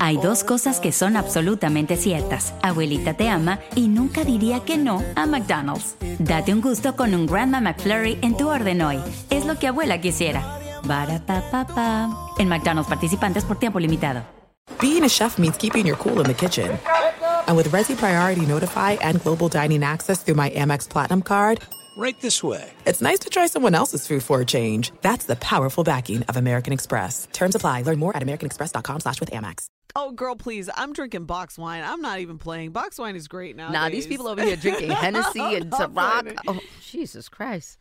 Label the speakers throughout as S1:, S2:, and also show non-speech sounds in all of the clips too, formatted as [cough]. S1: Hay dos cosas que son absolutamente ciertas. Abuelita te ama y nunca diría que no a McDonald's. Date un gusto con un Grandma McFlurry en tu orden hoy. Es lo que abuela quisiera. Barapapapa. En McDonald's participantes por tiempo limitado.
S2: Being a chef means keeping your cool in the kitchen. And with Resi Priority Notify and Global Dining Access through my Amex Platinum card,
S3: right this way.
S2: It's nice to try someone else's food for a change. That's the powerful backing of American Express. Terms apply. Learn more at americanexpress.com slash with Amex.
S4: Oh, girl, please. I'm drinking box wine. I'm not even playing. Box wine is great now.
S5: Nah, these people over here drinking Hennessy and Ciroc. Oh, Jesus Christ.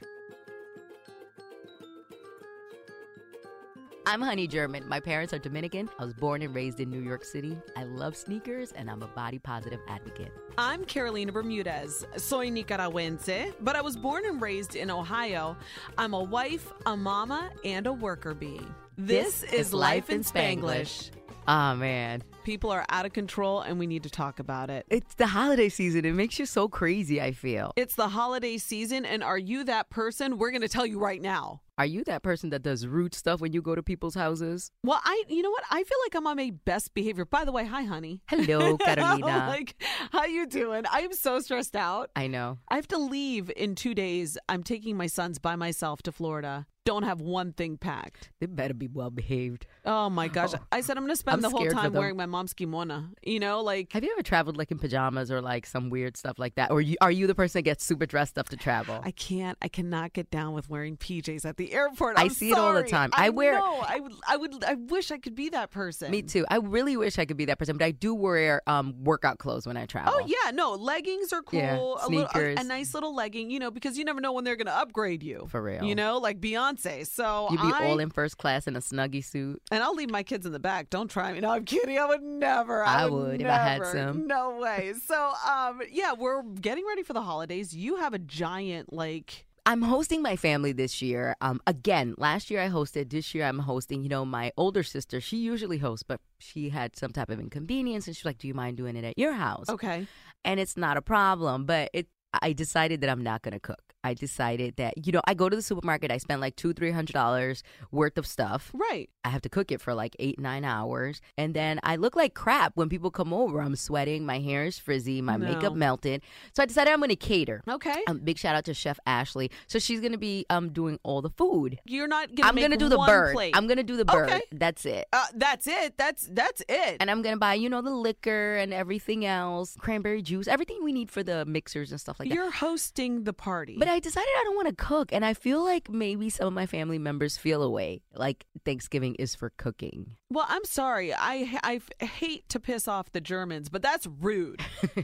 S5: I'm Honey German. My parents are Dominican. I was born and raised in New York City. I love sneakers and I'm a body positive advocate.
S4: I'm Carolina Bermudez. Soy Nicaragüense, but I was born and raised in Ohio. I'm a wife, a mama, and a worker bee. This, is, Life in Spanglish.
S5: Oh, man.
S4: People are out of control and we need to talk about it.
S5: It's the holiday season. It makes you so crazy, I feel.
S4: It's the holiday season, and are you that person? We're going to tell you right now.
S5: Are you that person that does rude stuff when you go to people's houses?
S4: Well, I, you know what? I feel like I'm on my best behavior. By the way, hi, honey. [laughs]
S5: Hello, Carolina.
S4: like, how you doing? I am so stressed out.
S5: I know.
S4: I have to leave in two days. I'm taking my sons by myself to Florida. Don't have one thing packed.
S5: They better be well behaved.
S4: Oh my gosh. I said I'm going to spend
S5: I'm
S4: the whole
S5: scared for
S4: time
S5: them.
S4: wearing my mom's kimono. You know, like,
S5: Have you ever traveled like in pajamas or like some weird stuff like that? Or you, are you the person that gets super dressed up to travel?
S4: I can't, I cannot get down with wearing PJs at the airport.
S5: I
S4: I'm
S5: see it all the
S4: sorry.
S5: time.
S4: I,
S5: I wear-
S4: Know. I would, I would, I wish I could be that person.
S5: Me too. I really wish I could be that person, but I do wear um, workout clothes when I travel.
S4: Oh yeah, no leggings are cool.
S5: Yeah,
S4: a, little, a, a
S5: sneakers.
S4: nice little legging, you know, because you never know when they're going to upgrade you.
S5: For real.
S4: you know, like Beyonce. So
S5: You'd be
S4: I,
S5: all in first class in a snuggie suit.
S4: and I'll leave my kids in the back. Don't try me. No, I'm kidding. I would never. I,
S5: I would if I had
S4: never.
S5: some.
S4: No way. So, um, yeah, we're getting ready for the holidays. You have a giant like.
S5: I'm hosting my family this year. Um, again, last year I hosted. This year I'm hosting. You know, my older sister, she usually hosts, but she had some type of inconvenience, and she's like, "Do you mind doing it at your house?"
S4: Okay.
S5: and it's not a problem. But it, I decided that I'm not gonna cook. I decided that you know I go to the supermarket. I spend like two, three hundred dollars worth of stuff.
S4: Right.
S5: I have to cook it for like eight, nine hours, and then I look like crap when people come over. I'm sweating, my hair is frizzy, my
S4: No.
S5: makeup melted. So I decided I'm gonna cater.
S4: Okay.
S5: Um, big shout out to Chef Ashley. So she's gonna be um doing all the food.
S4: You're not gonna.
S5: I'm
S4: make
S5: gonna do the
S4: one
S5: bird.
S4: Plate.
S5: I'm gonna do the bird.
S4: Okay.
S5: That's it.
S4: Uh, that's it. That's that's it.
S5: And I'm gonna buy, you know, the liquor and everything else, cranberry juice, everything we need for the mixers and stuff like that.
S4: You're hosting the party.
S5: But I decided I don't want to cook, and I feel like maybe some of my family members feel away. Like Thanksgiving is for cooking.
S4: Well, I'm sorry. I I f- hate to piss off the Germans, but that's
S5: [laughs]
S4: rude.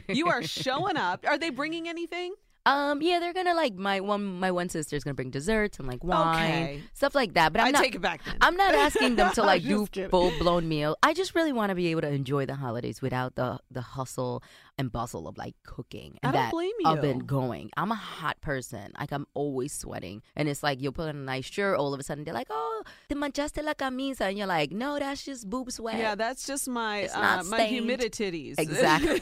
S4: you are showing up. Are they bringing anything?
S5: Um, yeah, they're gonna like my one my one sister's gonna bring desserts and like wine,
S4: Okay.
S5: stuff like that. But I'm
S4: I
S5: not
S4: take it back then.
S5: I'm not asking
S4: [laughs]
S5: them to
S4: I'm
S5: like do
S4: just kidding.
S5: full blown meal. I just really want to be able to enjoy the holidays without the the hustle and bustle of like cooking
S4: I
S5: and
S4: don't
S5: that
S4: blame
S5: oven
S4: you.
S5: going. I'm a hot person. Like I'm always sweating, and it's like you'll put on a nice shirt. All of a sudden they're like, "Oh, te manchaste la camisa," and you're like, "No, that's just boob sweat."
S4: Yeah, that's just my
S5: It's
S4: uh,
S5: not
S4: my
S5: stained.
S4: [laughs] humidities.
S5: Exactly.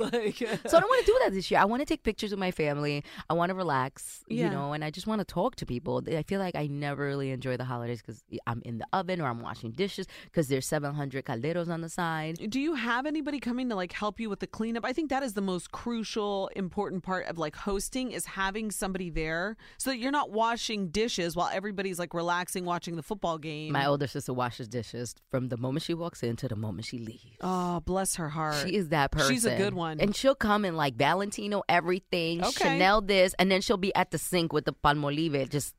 S5: [laughs]
S4: like, uh,
S5: So I don't want to do that this year. I want to take pictures with my family. I want to relax,
S4: Yeah.
S5: you know, and I just want to talk to people. I feel like I never really enjoy the holidays because I'm in the oven or I'm washing dishes because there's 700 calderos on the side.
S4: do you have anybody coming to like help you with the cleanup? I think that is the most crucial, important part of like hosting is having somebody there so that you're not washing dishes while everybody's like relaxing, watching the football game.
S5: My older sister washes dishes from the moment she walks in to the moment she leaves.
S4: oh, bless her heart.
S5: She is that person.
S4: She's a good one.
S5: And she'll come in like Valentino everything,
S4: Okay.
S5: Chanel this, and then she'll be at the sink with the palmolive. Just,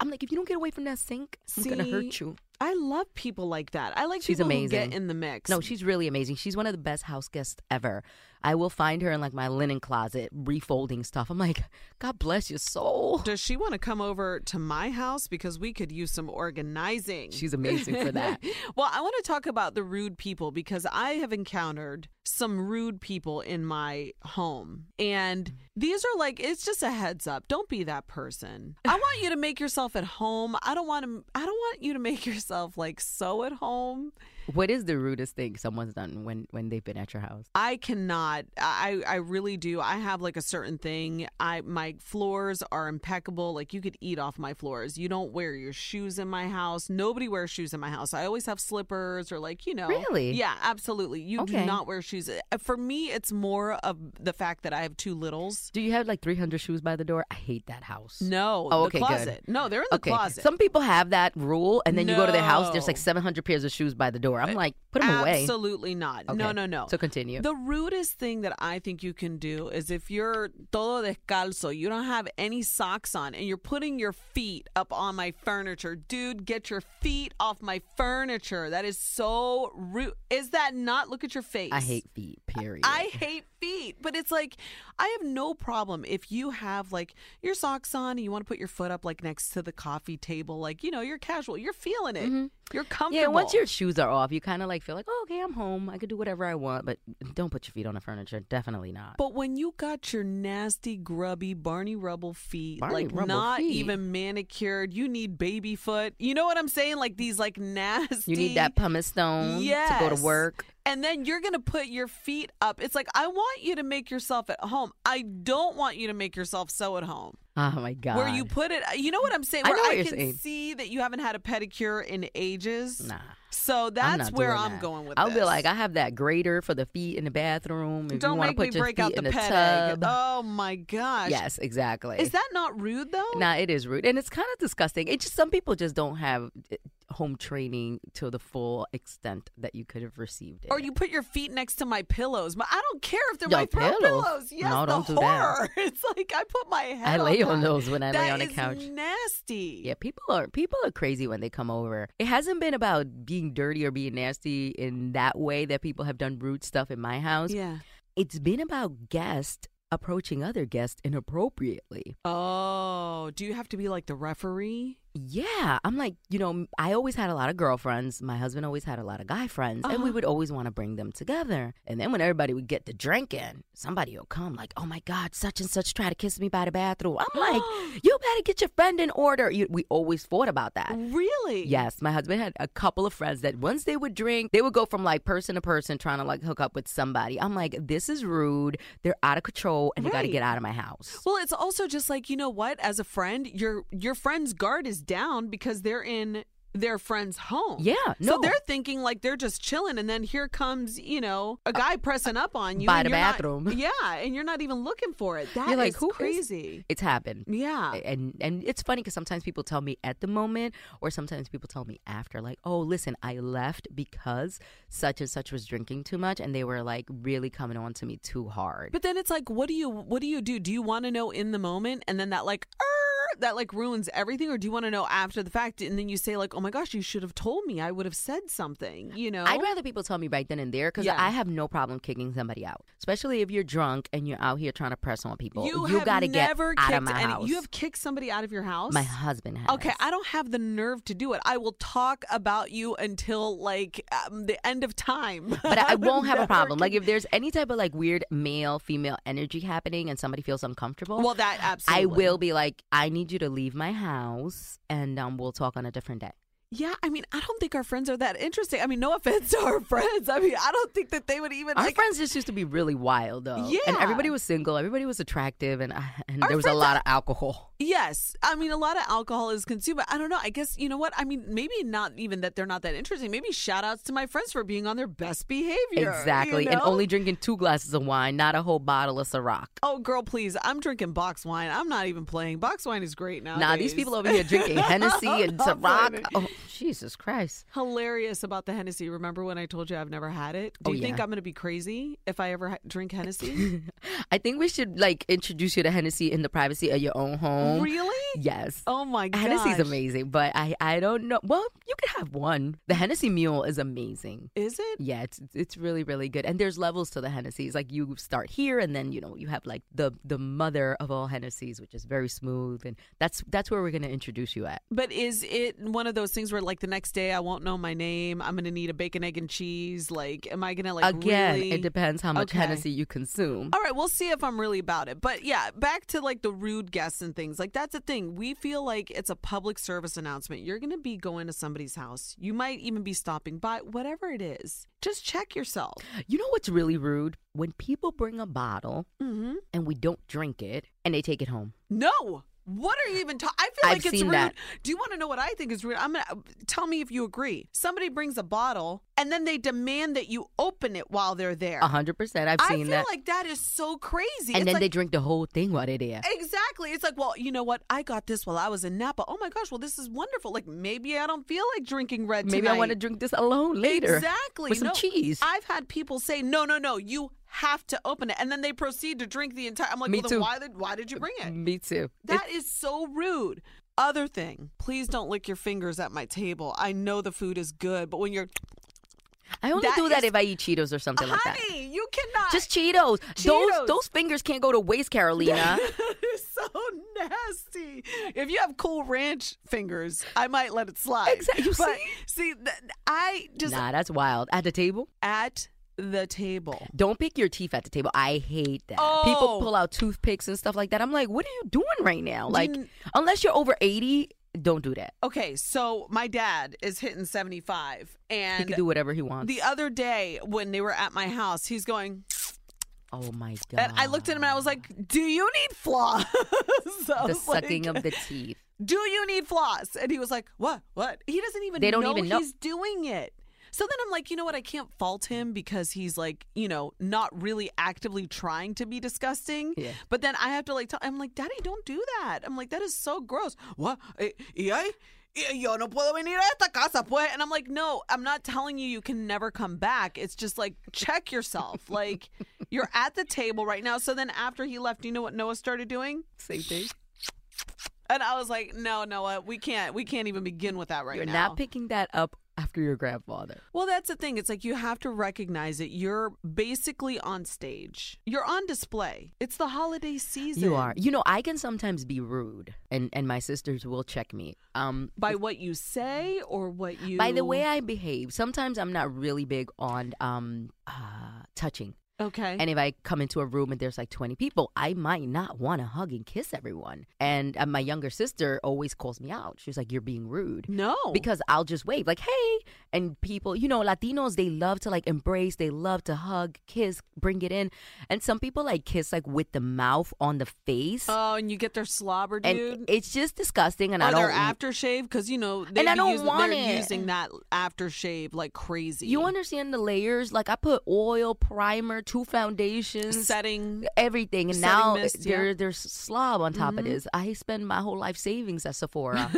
S5: I'm like, if you don't get away from that sink, I'm going to hurt
S4: See,
S5: you.
S4: I love people like that. I like
S5: She's
S4: people who get
S5: amazing.
S4: in the mix.
S5: No, she's really amazing. She's one of the best house guests ever. I will find her in like my linen closet refolding stuff. I'm like, God bless your soul.
S4: Does she want to come over to my house because we could use some organizing?
S5: She's amazing for that.
S4: [laughs] well, I want to talk about the rude people because I have encountered some rude people in my home. And these are like it's just a heads up. Don't be that person. I want you to make yourself at home. I don't want to I don't want you to make yourself like so at home.
S5: What is the rudest thing someone's done when when they've been at your house?
S4: I cannot. I I really do. I have like a certain thing. I my floors are impeccable. Like you could eat off my floors. You don't wear your shoes in my house. Nobody wears shoes in my house. I always have slippers or like you know.
S5: Really?
S4: Yeah, absolutely. You
S5: Okay.
S4: do not wear shoes. Uh, For me, it's more of the fact that I have two littles.
S5: Do you have like 300 shoes by the door? I hate that house.
S4: No,
S5: Oh, okay,
S4: the
S5: good.
S4: closet. No, they're in the
S5: okay.
S4: closet.
S5: Some people have that rule, and then you go to their house. There's like
S4: No. Uh,
S5: 700 pairs of shoes by the door. I'm like, put them away.
S4: Absolutely not. No,
S5: Okay.
S4: no, no.
S5: So continue.
S4: The rudest thing that I think you can do is if you're todo descalzo, you don't have any socks on, and you're putting your feet up on my furniture. Dude, get your feet off my furniture. That is so rude. Is that not? Look at your face.
S5: I hate feet. Period.
S4: I hate feet, but it's like I have no problem if you have like your socks on and you want to put your foot up like next to the coffee table, like you know you're casual, you're feeling it, you're comfortable.
S5: Mm-hmm. yeah. Once your shoes are off, you kind of like feel like, oh, okay, I'm home. I could do whatever I want, but don't put your feet on the furniture. Definitely not.
S4: But when you got your nasty, grubby Barney Rubble feet,
S5: Barney
S4: like
S5: Rubble
S4: not
S5: feet.
S4: even manicured, you need baby foot. You know what I'm saying? Like these, like [laughs] nasty.
S5: you need that pumice stone to go to
S4: Yes.
S5: work.
S4: And then you're gonna put your feet up. It's like I want you to make yourself at home. I don't want you to make yourself so at home.
S5: Oh my god.
S4: Where you put it, you know what I'm saying?
S5: I
S4: Where
S5: know what you're
S4: can
S5: saying.
S4: see that you haven't had a pedicure in ages.
S5: Nah.
S4: So
S5: I'm
S4: that's
S5: not
S4: where
S5: doing
S4: I'm
S5: that.
S4: going with.
S5: I'll be
S4: this.
S5: like, I have that grater for the feet in the bathroom. If
S4: don't
S5: you want
S4: make
S5: to put
S4: me
S5: your
S4: break
S5: feet
S4: out the
S5: in the
S4: pet
S5: tub.
S4: egg. Oh my gosh.
S5: yes, exactly.
S4: Is that not rude though?
S5: Nah, it is rude, and it's kind of disgusting. It just some people just don't have uh, home training to the full extent that you could have received it.
S4: Or you put your feet next to my pillows. My, I don't care if they're
S5: Your
S4: my pillows.
S5: pillows?
S4: pillows. Yes,
S5: No,
S4: the
S5: don't do that.
S4: horror. [laughs] It's like I put my head.
S5: I lay
S4: on,
S5: on
S4: that.
S5: those when I lay
S4: That
S5: on the
S4: is
S5: couch.
S4: Nasty.
S5: yeah, people are people are crazy when they come over. It hasn't been about being dirty or being nasty in that way that people have done rude stuff in my house.
S4: Yeah.
S5: It's been about guests approaching other guests inappropriately.
S4: Oh, do you have to be like the referee?
S5: Yeah, I'm like, you know, I always had a lot of girlfriends. My husband always had a lot of guy friends, and we
S4: Uh-huh.
S5: would always want to bring them together. And then when everybody would get to drinking, somebody will come like, "Oh my God, such and such tried to kiss me by the bathroom." I'm
S4: [gasps]
S5: like, "You better get your friend in order." You, we always fought about that.
S4: Really?
S5: Yes, my husband had a couple of friends that once they would drink, they would go from like person to person trying to like hook up with somebody. I'm like, this is rude. They're out of control, and they got to
S4: Right.
S5: get out of my house.
S4: Well, it's also just like you know what? As a friend, your your friend's guard is down because they're in their friend's home.
S5: Yeah,
S4: So
S5: no.
S4: they're thinking like they're just chilling, and then here comes you know a guy pressing up on you
S5: by
S4: and
S5: the
S4: you're not-
S5: bathroom.
S4: [laughs] yeah, and you're not even looking for it. That
S5: You're like,
S4: is
S5: who is- Eh,
S4: crazy?
S5: It's happened.
S4: yeah.
S5: and and it's funny because sometimes people tell me at the moment or sometimes people tell me after like oh listen i left because such and such was drinking too much and they were like really coming on to me too hard
S4: But then it's like, what do you what do you do? Do you want to know in the moment, and then that like. "Er," That like ruins everything, or do you want to know after the fact? And then you say like, "Oh my gosh, you should have told me. I would have said something." You know,
S5: I'd rather people tell me right then and there because
S4: Yeah.
S5: I have no problem kicking somebody out, especially if you're drunk and you're out here trying to press on people.
S4: have
S5: got to Oh, get
S4: never
S5: out
S4: kicked
S5: of my
S4: any-
S5: house.
S4: You have kicked somebody out of your house.
S5: my husband has.
S4: Okay, I [laughs] don't have the nerve to do it. I will talk about you until like um, the end of time. [laughs]
S5: but I, I won't have a
S4: Never
S5: problem. Like
S4: kick-
S5: if there's any type of like weird male female energy happening and somebody feels uncomfortable,
S4: well, that absolutely.
S5: I will be like, I need you to leave my house and um, we'll talk on a different day.
S4: Yeah, I mean, I don't think our friends are that interesting. I mean, no [laughs] offense to our friends. I mean, I don't think that they would even.
S5: Our
S4: like,
S5: friends just used to be really wild though. And
S4: Yeah.
S5: everybody was single, everybody was attractive, and, I- and
S4: Our
S5: there was a
S4: friends
S5: lot of alcohol.
S4: Yes, I mean, a lot of alcohol is consumed. But I don't know. I guess you know what? I mean, maybe not even that they're not that interesting. Maybe shout outs to my friends for being on their best behavior.
S5: exactly.
S4: you
S5: And
S4: know?
S5: only drinking two glasses of wine, not a whole bottle of Ciroc.
S4: Oh, girl, please. I'm drinking box wine. I'm not even playing. Box wine is great now.
S5: Nah, these people over here drinking Hennessy and Ciroc. Oh, Jesus Christ.
S4: [laughs] Hilarious about the Hennessy. Remember when I told you I've never had it? Do
S5: Oh,
S4: you think
S5: yeah.
S4: I'm going to be crazy if I ever ha-
S5: [laughs]
S4: drink Hennessy?
S5: I think we should like introduce you to Hennessy in the privacy of your own home.
S4: really?
S5: Yes.
S4: Oh my god.
S5: Um, Hennessy's amazing, but I I don't know. Well, you could have one. The Hennessy Mule is amazing.
S4: Is it?
S5: Yeah, it's it's really really good. And there's levels to the Hennessy's. Like you start here, and then you know you have like the the mother of all Hennessy's, which is very smooth, and that's that's where we're gonna introduce you at.
S4: But is it one of those things where like the next day I won't know my name? I'm gonna need a bacon, egg, and cheese. Like, am I gonna like
S5: Again,
S4: really-
S5: it depends how much
S4: Okay.
S5: Hennessy you consume.
S4: All right, we'll see if I'm really about it. But yeah, back to like the rude guests and things. Like that's the thing. We feel like it's a public service announcement. You're going to be going to somebody's house. You might even be stopping by, whatever it is. Just check yourself.
S5: You know what's really rude when people bring a bottle
S4: Mm-hmm.
S5: and we don't drink it and they take it home.
S4: No. What are you even talking? I feel
S5: I've
S4: like it's
S5: seen
S4: rude.
S5: that.
S4: Do you want to know what I think is rude? I'm gonna tell me if you agree. Somebody brings a bottle and then they demand that you open it while they're there.
S5: A hundred percent. Uh-huh. I've
S4: I
S5: seen
S4: feel
S5: that.
S4: like that is so crazy.
S5: and
S4: It's
S5: then
S4: like-
S5: they drink the whole thing while they're there.
S4: Exactly. It's like, well, you know what? I got this while I was in Napa. Oh my gosh. Well, this is wonderful. Like maybe I don't feel like drinking red.
S5: Maybe I want to drink this alone later.
S4: Exactly.
S5: With some
S4: No,
S5: cheese.
S4: I've had people say, no, no, no. You have to open it, and then they proceed to drink the entire. I'm like,
S5: Me
S4: well,
S5: too. Uh,
S4: then why did why did you bring it?
S5: Me too.
S4: That is so rude. Other thing, please don't lick your fingers at my table. I know the food is good, but when you're
S5: I only
S4: that
S5: do that
S4: is-
S5: if I eat Cheetos or something like that.
S4: honey, you cannot.
S5: Just Cheetos. Those
S4: Cheetos.
S5: those fingers can't go to waste, Carolina.
S4: It's so nasty. If you have cool ranch fingers, I might let it slide.
S5: Exact- you
S4: But see, th- I [laughs] just
S5: nah, that's wild. At the table,
S4: at the table.
S5: don't pick your teeth at the table. I hate that. People
S4: Oh.
S5: pull out toothpicks and stuff like that. I'm like, what are you doing right now? Like,
S4: kn-
S5: unless you're over 80, don't do that.
S4: Okay, so my dad is hitting 75
S5: He
S4: and
S5: can do whatever he wants.
S4: the other day when they were at my house, he's going
S5: oh my god.
S4: [laughs] and I looked at him and I was like, "Do you need floss?" [laughs] So I
S5: the
S4: was like,
S5: sucking
S4: [laughs]
S5: of the teeth.
S4: do you need floss? And he was like, what? What? He doesn't even
S5: They don't
S4: know
S5: even know.
S4: he's doing it. So then I'm like, you know what? I can't fault him because he's like, you know, not really actively trying to be disgusting.
S5: Yeah.
S4: But then I have to like tell I'm like, Daddy, don't do that. I'm like, that is so gross. What? Eh, ¿Y ahí? Eh, Yo no puedo venir a esta casa, pues. And I'm like, no, I'm not telling you you can never come back. It's just like, check yourself. like, [laughs] you're at the table right now. So then after he left, you know what Noah started doing?
S5: Same thing.
S4: And I was like, no, Noah, we can't. We can't even begin with that right
S5: You're
S4: now.
S5: not picking that up after your grandfather.
S4: well, that's the thing. It's like you have to recognize that you're basically on stage. You're on display. It's the holiday season.
S5: You are. You know, I can sometimes be rude, and and my sisters will check me. Um,
S4: By what you say or what you.
S5: by the way I behave, sometimes I'm not really big on um uh, touching.
S4: Okay.
S5: And if I come into a room and there's like 20 people, I might not want to hug and kiss everyone. And uh, my younger sister always calls me out. She's like, "You're being rude."
S4: no.
S5: Because I'll just wave like, "Hey!" And people, you know, Latinos, they love to like embrace, they love to hug, kiss, bring it in. And some people like kiss like with the mouth on the face.
S4: Oh, and you get their slobber,
S5: and
S4: dude.
S5: it's just disgusting and
S4: or
S5: I don't
S4: their aftershave because you know they
S5: And I
S4: be
S5: don't
S4: using,
S5: want
S4: they're
S5: it.
S4: using that aftershave like crazy.
S5: you understand the layers like I put oil, primer, two foundations,
S4: setting? [laughs]
S5: everything and
S4: setting
S5: now
S4: mist, yeah. Mm-hmm.
S5: there there's slob on top of this. I spend my whole life savings at
S4: [laughs]
S5: Sephora.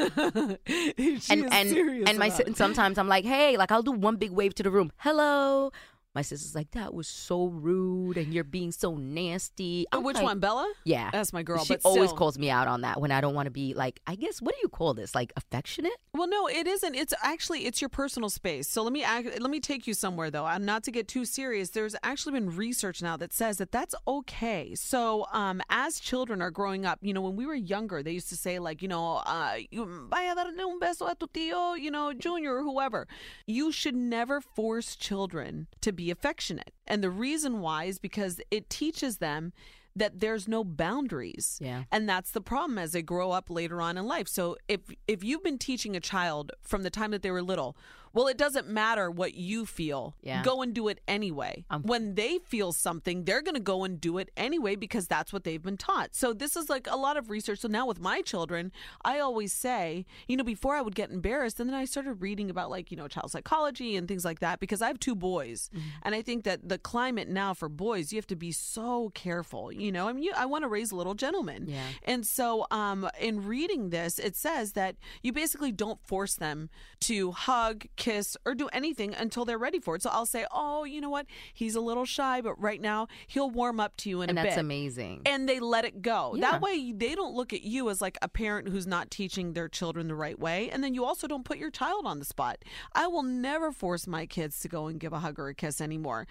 S5: and and and my si- and sometimes I'm like, "Hey, like I'll do one big wave to the room. Hello." My sister's like, "That was so rude and you're being so nasty." I'm
S4: which
S5: like,
S4: one, Bella?
S5: Yeah.
S4: that's my girl.
S5: She
S4: but
S5: always
S4: still.
S5: calls me out on that when I don't want to be like, I guess what do you call this? Like affectionate?
S4: Well, no, it isn't. It's actually it's your personal space. So let me ac- let me take you somewhere though. I'm not to get too serious. There's actually been research now that says that that's okay. So um, as children are growing up, you know, when we were younger, they used to say like, you know, uh, you- vaya a darle un beso a tu tío, you know, junior or whoever. You should never force children to be affectionate, and the reason why is because it teaches them that there's no boundaries
S5: Yeah.
S4: and that's the problem as they grow up later on in life so if if you've been teaching a child from the time that they were little well it doesn't matter what you feel
S5: Yeah. Um,
S4: go and do it anyway
S5: I'm-
S4: when they feel something they're going to go and do it anyway because that's what they've been taught so this is like a lot of research so now with my children i always say you know before i would get embarrassed and then i started reading about like you know child psychology and things like that because i have two boys
S5: Mm-hmm.
S4: and i think that the climate now for boys you have to be so careful you know i mean you, i want to raise little gentlemen
S5: Yeah.
S4: and so, um, in reading this, it says that you basically don't force them to hug, kiss or do anything until they're ready for it. So I'll say, "Oh, you know what? He's a little shy, but right now he'll warm up to you in
S5: and
S4: a
S5: that's
S4: bit."
S5: amazing.
S4: And they let it go.
S5: Yeah.
S4: That way, they don't look at you as like a parent who's not teaching their children the right way. And then you also don't put your child on the spot. I will never force my kids to go and give a hug or a kiss anymore.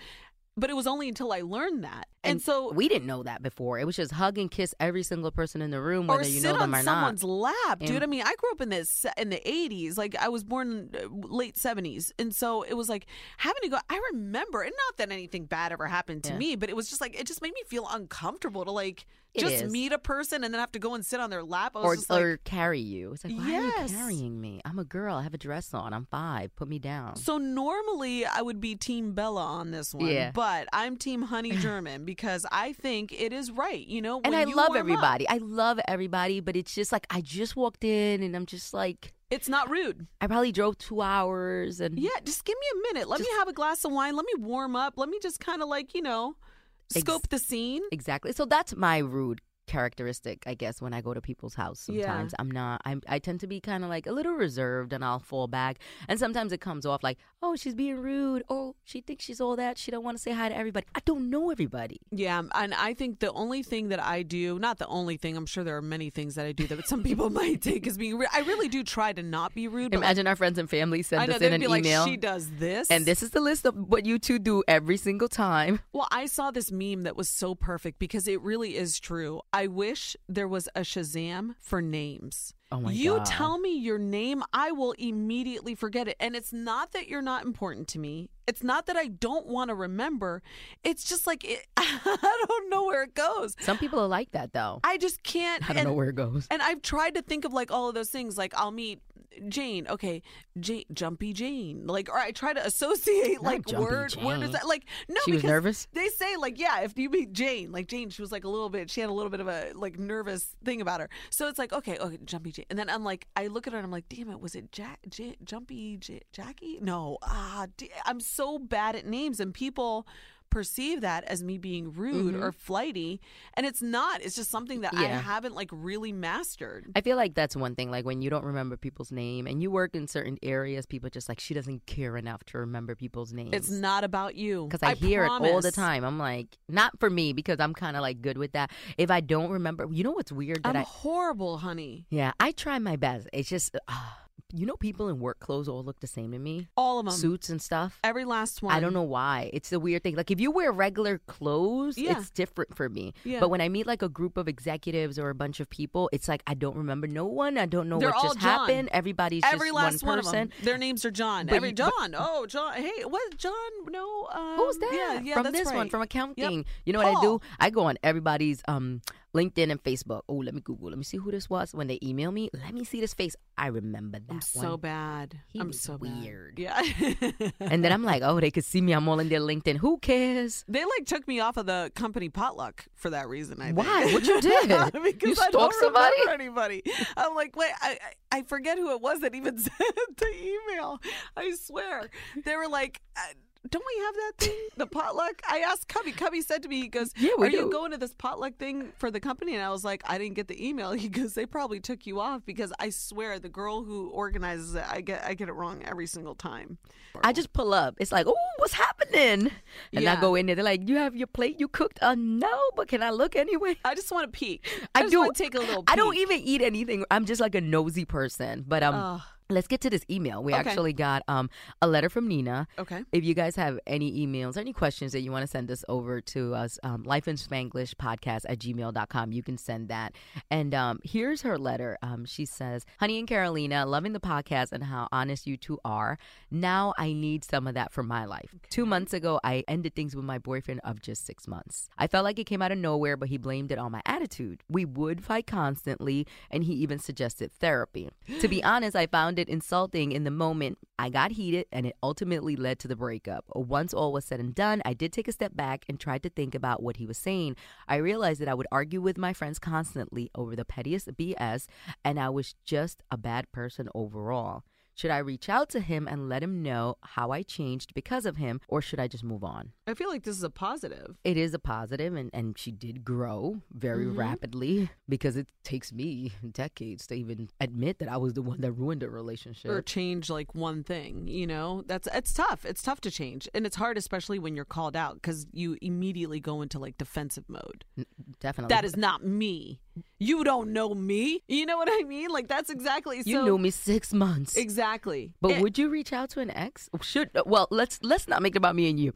S4: But it was only until I learned that. And, so
S5: we didn't know that before. It was just hug and kiss every single person in the room,
S4: or
S5: whether you
S4: sit
S5: know them
S4: on
S5: or not.
S4: someone's lap, dude.
S5: And-
S4: I mean, I grew up in this in the '80s. Like, I was born uh, late '70s, and so it was like having to go. I remember, and not that anything bad ever happened to
S5: Yeah.
S4: me, but it was just like it just made me feel uncomfortable to like
S5: It
S4: just
S5: is.
S4: meet a person and then have to go and sit on their lap. I was
S5: Or,
S4: just like,
S5: or carry you. It's like, why are
S4: Yes.
S5: you carrying me? I'm a girl. I have a dress on. I'm five. Put me down.
S4: So normally I would be Team Bella on this one,
S5: Yeah.
S4: but I'm Team Honey German because I think it is right. You know,
S5: and
S4: when
S5: I
S4: you
S5: love
S4: warm up,
S5: everybody. I love everybody, but it's just like I just walked in and I'm just like
S4: it's not rude.
S5: I probably drove two hours and
S4: Yeah, just give me a minute. Let me
S5: Just-
S4: have a glass of wine. Let me warm up. Let me just kind of like you know,
S5: Ex-
S4: scope the scene.
S5: exactly. So that's my rude characteristic, I guess, when I go to people's house.
S4: Yeah.
S5: Sometimes I'm not. I'm, I tend to be kind of like a little reserved, and I'll fall back. And sometimes it comes off like, oh, she's being rude. Oh, she thinks she's all that. She don't want to say hi to everybody. I don't know everybody.
S4: Yeah, and I think the only thing that I do—not the only thing—I'm sure there are many things that I do that some people [laughs] might take as being. rude. I really do try to not be rude. But like,
S5: Imagine our friends and family send
S4: I know
S5: us
S4: they'd
S5: in an
S4: be like,
S5: email.
S4: she does this
S5: and this is the list of what you two do every single time.
S4: Well, I saw this meme that was so perfect because it really is true. I wish there was a Shazam for names.
S5: Oh my
S4: you
S5: God.
S4: tell me your name, I will immediately forget it. And it's not that you're not important to me. It's not that I don't want to remember. It's just like it, [laughs] I don't know where it goes.
S5: Some people are like that though.
S4: I just can't.
S5: I don't know
S4: and-
S5: where it goes.
S4: and I've tried to think of like all of those things. Like I'll meet Jane. Okay, Jane, Jumpy Jane. Like, or I try to associate
S5: Not
S4: like
S5: Jumpy
S4: word word.
S5: Jane.
S4: Is like no,
S5: She was
S4: because
S5: nervous?
S4: They say like yeah, if you meet Jane, like Jane, she was like a little bit. She had a little bit of a like nervous thing about her. So it's like okay, okay, Jumpy Jane. And then I'm like, I look at her and I'm like, damn it, was it Jack, J- Jumpy J- Jackie? No, ah, d- I'm so bad at names and people. Perceive that as me being rude or flighty, and it's not. It's just something that I
S5: Mm-hmm. Yeah.
S4: haven't like really mastered.
S5: I feel like that's one thing. Like when you don't remember people's name and you work in certain areas, people just like she doesn't care enough to remember people's names.
S4: It's not about you.
S5: because I, hear it all the
S4: promise.
S5: time. I'm like, not for me because I'm kind of like good with that. If I don't remember, you know what's weird that I
S4: I'm horrible, honey.
S5: yeah I try my best. It's just uh, you know people in work clothes all look the same to me,
S4: All of them.
S5: suits and stuff.
S4: Every last one.
S5: I don't know why. It's a weird thing. Like if you wear regular clothes,
S4: Yeah.
S5: it's different for me.
S4: Yeah.
S5: But when I meet like a group of executives or a bunch of people, it's like I don't remember no one. I don't know
S4: They're
S5: what
S4: all
S5: just
S4: John.
S5: happened. Everybody's
S4: Every
S5: just
S4: last
S5: one
S4: one,
S5: person.
S4: of them. Their names are John.
S5: But
S4: Every
S5: you- but-
S4: John. oh, John. Hey, what John? No. Um,
S5: Who's that?
S4: Yeah, yeah.
S5: from
S4: that's
S5: this one,
S4: right.
S5: from
S4: Yep.
S5: accounting. You know what I
S4: Paul.
S5: do? I go on everybody's um, LinkedIn and Facebook. Oh, let me Google. Let me see who this was. When they email me, let me see this face. I remember that
S4: I'm
S5: one.
S4: so bad.
S5: He
S4: I'm
S5: was
S4: so bad.
S5: weird.
S4: Yeah. [laughs]
S5: And then I'm like, oh, they could see me. I'm all in their LinkedIn. Who cares?
S4: They like took me off of the company potluck for that reason. I think.
S5: Why? What
S4: [laughs]
S5: you did?
S4: because
S5: You
S4: I don't
S5: stalked somebody?
S4: remember anybody. I'm like, wait, I, I I forget who it was that even [laughs] sent the email. I swear, they were like. Uh, don't we have that thing,
S5: [laughs]
S4: the potluck? I asked Cubby. Cubby said to me, he goes,
S5: Yeah, we
S4: Are you
S5: do.
S4: going to this potluck thing for the company? And I was like, I didn't get the email. [laughs] He goes, They probably took you off because I swear the girl who organizes it, I get I get it wrong every single time.
S5: I just pull up. It's like, oh, what's happening? And
S4: Yeah.
S5: I go in there. They're like, you have your plate. You cooked? Uh, no, but can I look
S4: [laughs]
S5: anyway?
S4: I just want to peek.
S5: I,
S4: just
S5: do
S4: want to take a little peek.
S5: I don't even eat anything. I'm just like a nosy person. But um,
S4: Ugh.
S5: let's get to this email. We
S4: Okay.
S5: actually got um a letter from Nina.
S4: Okay.
S5: If you guys have any emails or any questions that you want to send us over to us, um, life in Spanglish podcast at gmail.com, you can send that. And um, here's her letter. Um, she says, Honey and Carolina, loving the podcast and how honest you two are. Now I need some of that for my life. Two months ago, I ended things with my boyfriend of just six months. I felt like it came out of nowhere, but he blamed it on my attitude. We would fight constantly, and he even suggested therapy. to be honest, I found it insulting in the moment. I got heated, and it ultimately led to the breakup. Once all was said and done, I did take a step back and tried to think about what he was saying. I realized that I would argue with my friends constantly over the pettiest BS, and I was just a bad person overall. Should I reach out to him and let him know how I changed because of him, or should I just move on?
S4: I feel like this is a positive.
S5: It is a positive, and, and she did grow very
S4: Mm-hmm.
S5: rapidly because it takes me decades to even admit that I was the one that ruined the relationship.
S4: Or change like one thing, you know? That's it's tough. It's tough to change. And it's hard especially when you're called out cuz you immediately go into like defensive mode.
S5: Definitely.
S4: That is not me. You don't know me. You know what I mean? Like that's exactly
S5: You
S4: so, eh
S5: knew me six months.
S4: Exactly.
S5: But
S4: It-
S5: would you reach out to an ex? Should well, let's let's not make it about me and
S4: [laughs]
S5: you.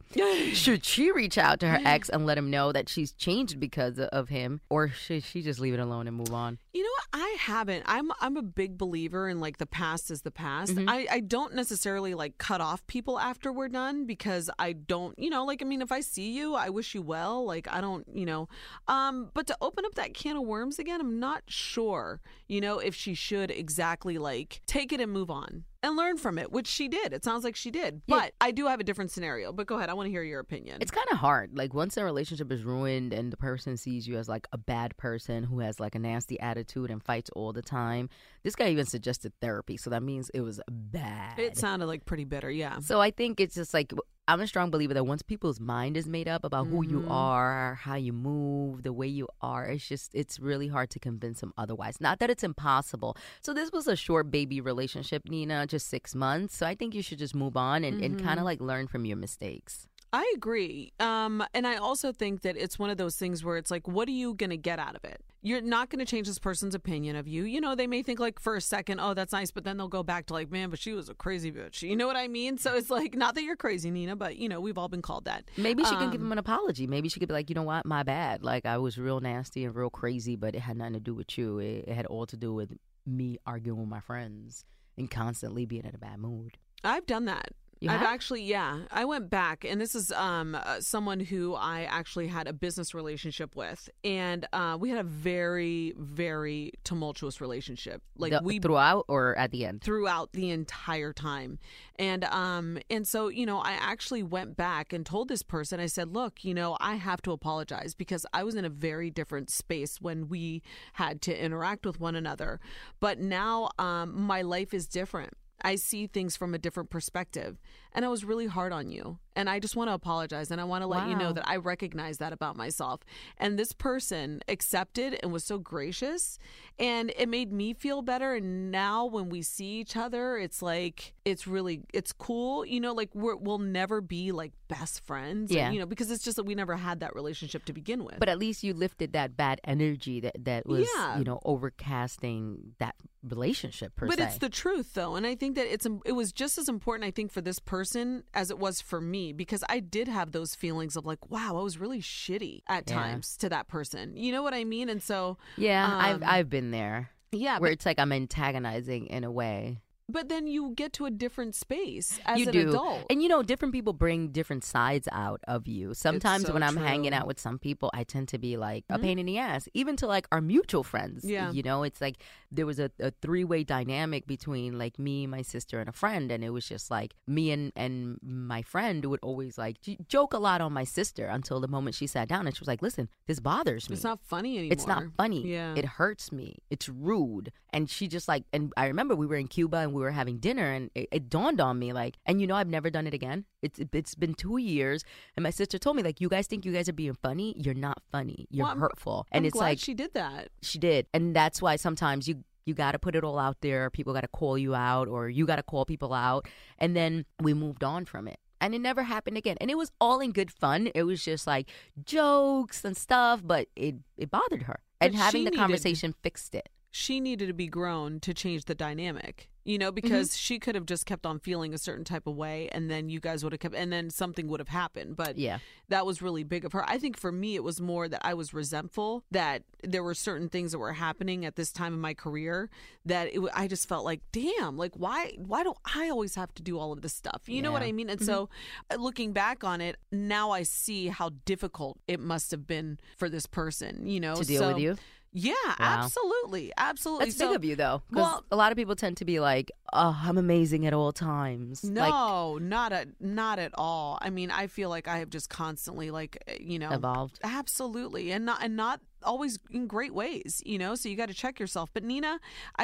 S5: should she reach out to her ex and let him know that she's changed because of him, or should she just leave it alone and move on?
S4: You know what? I haven't. I'm I'm a big believer in like the past is the past.
S5: Mm-hmm.
S4: I, I don't necessarily like cut off people after we're done because I don't you know, like I mean if I see you, I wish you well. Like I don't, you know. Um, but to open up that can of worms again, I'm not sure, you know, if she should exactly like take it and move on and learn from it, which she did. It sounds like she did.
S5: Yeah.
S4: But I do have a different scenario. But go ahead, I want to hear your opinion.
S5: It's kind of hard. Like once a relationship is ruined and the person sees you as like a bad person who has like a nasty attitude and fights all the time. This guy even suggested therapy, so that means it was bad.
S4: it sounded like pretty bitter, yeah.
S5: So I think it's just like I'm a strong believer that once people's mind is made up about who you are, how you move, the way you are, it's just it's really hard to convince them otherwise. Not that it's impossible. So this was a short baby relationship, Nina, just six months. So I think you should just move on and, and kind of like learn from your mistakes.
S4: I agree. Um, and I also think that it's one of those things where it's like, what are you going to get out of it? You're not going to change this person's opinion of you. You know, they may think like for a second, oh, that's nice, but then they'll go back to like, man, but she was a crazy bitch. You know what I mean? So it's like, not that you're crazy, Nina, but you know, we've all been called that. Um,
S5: Maybe she can give him an apology. Maybe she could be like, you know what, my bad. Like I was real nasty and real crazy, but it had nothing to do with you. It, it had all to do with me arguing with my friends and constantly being in a bad mood.
S4: I've done that.
S5: You
S4: I've
S5: have?
S4: actually, yeah, I went back, and this is um uh, someone who I actually had a business relationship with, and uh, we had a very, very tumultuous relationship. Like
S5: The-
S4: we
S5: throughout or at the end.
S4: throughout the entire time. And um and so, you know, I actually went back and told this person I said, "Look, you know, I have to apologize because I was in a very different space when we had to interact with one another, but now um my life is different." I see things from a different perspective. And I was really hard on you. And I just want to apologize. And I want to let you know
S5: Wow.
S4: that I recognize that about myself. And this person accepted and was so gracious. And it made me feel better. And now when we see each other, it's like, it's really, it's cool. You know, like we're, we'll never be like best friends.
S5: Yeah.
S4: You know, because it's just that we never had that relationship to begin with.
S5: But at least you lifted that bad energy that that was
S4: Yeah.
S5: you know overcasting that relationship per
S4: but
S5: se.
S4: it's the truth though and i think that it's im- it was just as important i think for this person as it was for me because i did have those feelings of like wow i was really shitty at
S5: Yeah.
S4: times to that person you know what i mean and so
S5: yeah, I've
S4: um,
S5: I've been there
S4: yeah
S5: where
S4: but,
S5: it's like I'm antagonizing in a way.
S4: but then you get to a different space as
S5: you
S4: an
S5: do,
S4: adult
S5: and you know, different people bring different sides out of you. Sometimes
S4: so
S5: when I'm hanging
S4: true. Mm-hmm.
S5: out with some people, I tend to be like a pain in the ass, even to like our mutual friends.
S4: Yeah.
S5: you know, it's like there was a, a three way dynamic between like me, my sister, and a friend, and it was just like me and and my friend would always like j- joke a lot on my sister until the moment she sat down and she was like, "Listen, this bothers me."
S4: it's not funny anymore
S5: It's not funny.
S4: yeah
S5: It hurts me. It's rude. And she just like, and I remember we were in Cuba and we were having dinner and it, it dawned on me like, and you know, I've never done it again. It's, it's been two years. And my sister told me like, you guys think you guys are being funny? You're not funny. You're
S4: Well, I'm-
S5: hurtful.
S4: I'm
S5: And it's
S4: glad
S5: like,
S4: she did that
S5: she did. And that's why sometimes you you got to put it all out there. People got to call you out or you got to call people out. And then we moved on from it. And it never happened again. And it was all in good fun. It was just like jokes and stuff, but it it bothered her. And
S4: But
S5: having
S4: she
S5: the
S4: needed-
S5: conversation fixed it.
S4: she needed to be grown to change the dynamic you know
S5: Mm-hmm.
S4: because she could have just kept on feeling a certain type of way and then you guys would have kept and then something would have happened but
S5: Yeah.
S4: that was really big of her. I think for me, it was more that I was resentful that there were certain things that were happening at this time in my career that it, wa- I just felt like, damn, like why why do I always have to do all of this stuff? You know what
S5: Yeah. Mm-hmm.
S4: I mean? And so, uh, looking back on it, now I see how difficult it must have been for this person. You know,
S5: To deal with
S4: So-
S5: you?
S4: Yeah, absolutely, absolutely.
S5: That's
S4: so,
S5: big of you, though. 'cause
S4: well-
S5: a lot of people tend to be like, "Oh, I'm amazing at all times." like,
S4: No, not at not at all. I mean, I feel like I have just constantly like eh, you know
S5: evolved.
S4: Absolutely, and not and not always in great ways, you know. So you got to check yourself. But Nina,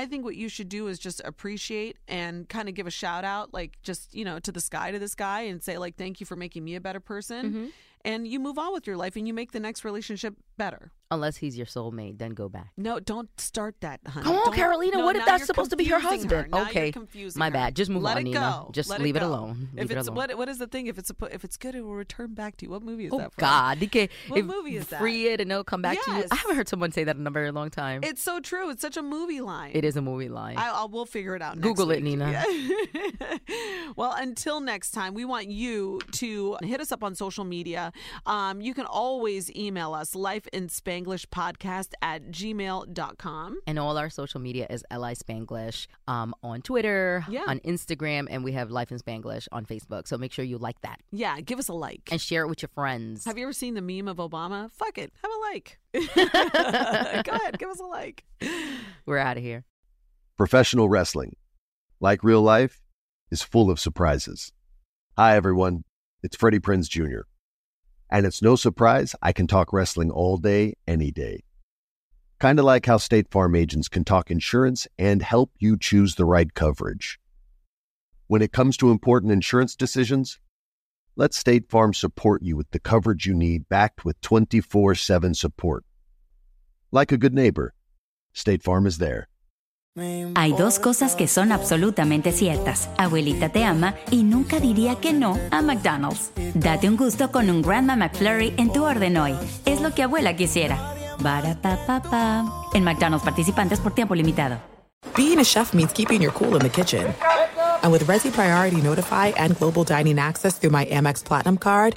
S4: I think what you should do is just appreciate and kind of give a shout out, like just you know, to the sky, to this guy, and say like, "Thank you for making me a better person."
S5: Mm-hmm.
S4: And you move on with your life, and you make the next relationship better.
S5: Unless he's your soulmate, then go back.
S4: No, don't start that, honey.
S5: Come on,
S4: Don't-
S5: Carolina,
S4: No,
S5: what if
S4: now
S5: that's
S4: you're
S5: supposed to be her
S4: confusing
S5: husband?
S4: Now you're
S5: Okay,
S4: confusing
S5: my
S4: her.
S5: bad. Just move
S4: Let
S5: on,
S4: it
S5: Nina.
S4: go.
S5: Just
S4: Let
S5: leave it
S4: go.
S5: alone.
S4: If
S5: Leave it
S4: it's
S5: alone.
S4: what, what is the thing? If it's a, if it's good, it will return back to you. What movie is
S5: Oh
S4: that? From?
S5: God, he can
S4: What
S5: if
S4: movie is that?
S5: free it and it'll come back to you. I
S4: Yes.
S5: haven't heard someone say that in a very long time.
S4: it's so true. It's such a movie line.
S5: it is a movie line.
S4: I, I will figure it out. next
S5: Google it,
S4: week.
S5: Nina.
S4: Yeah. [laughs] well, until next time, we want you to hit us up on social media. Um, you can always email us lifeinspanglishpodcast at gmail.com.
S5: and all our social media is Li Spanglish um, on Twitter,
S4: Yeah.
S5: on Instagram, and we have Life in Spanglish on Facebook. So make sure you like that
S4: Yeah, give us a like.
S5: and share it with your friends.
S4: Have you ever seen the meme of Obama? Fuck it. Have a
S5: [laughs]
S4: like. [laughs] Go ahead. Give us a like.
S5: We're out of here.
S6: Professional wrestling, like real life, is full of surprises. Hi, everyone. It's Freddie Prinz Jr. And it's no surprise I can talk wrestling all day, any day. Kind of like how State Farm agents can talk insurance and help you choose the right coverage. When it comes to important insurance decisions, let State Farm support you with the coverage you need backed with 24 7 support. Like a good neighbor, State Farm is there.
S1: Hay dos cosas que son absolutamente ciertas. Abuelita te ama y nunca diría que no a McDonald's. Date un gusto con un Grandma McFlurry en tu orden hoy. Es lo que abuela quisiera. Barapapapa. En McDonald's participantes por tiempo limitado.
S2: Being a chef means keeping your cool in the kitchen. And with Resi Priority Notify and Global Dining Access through my Amex Platinum card,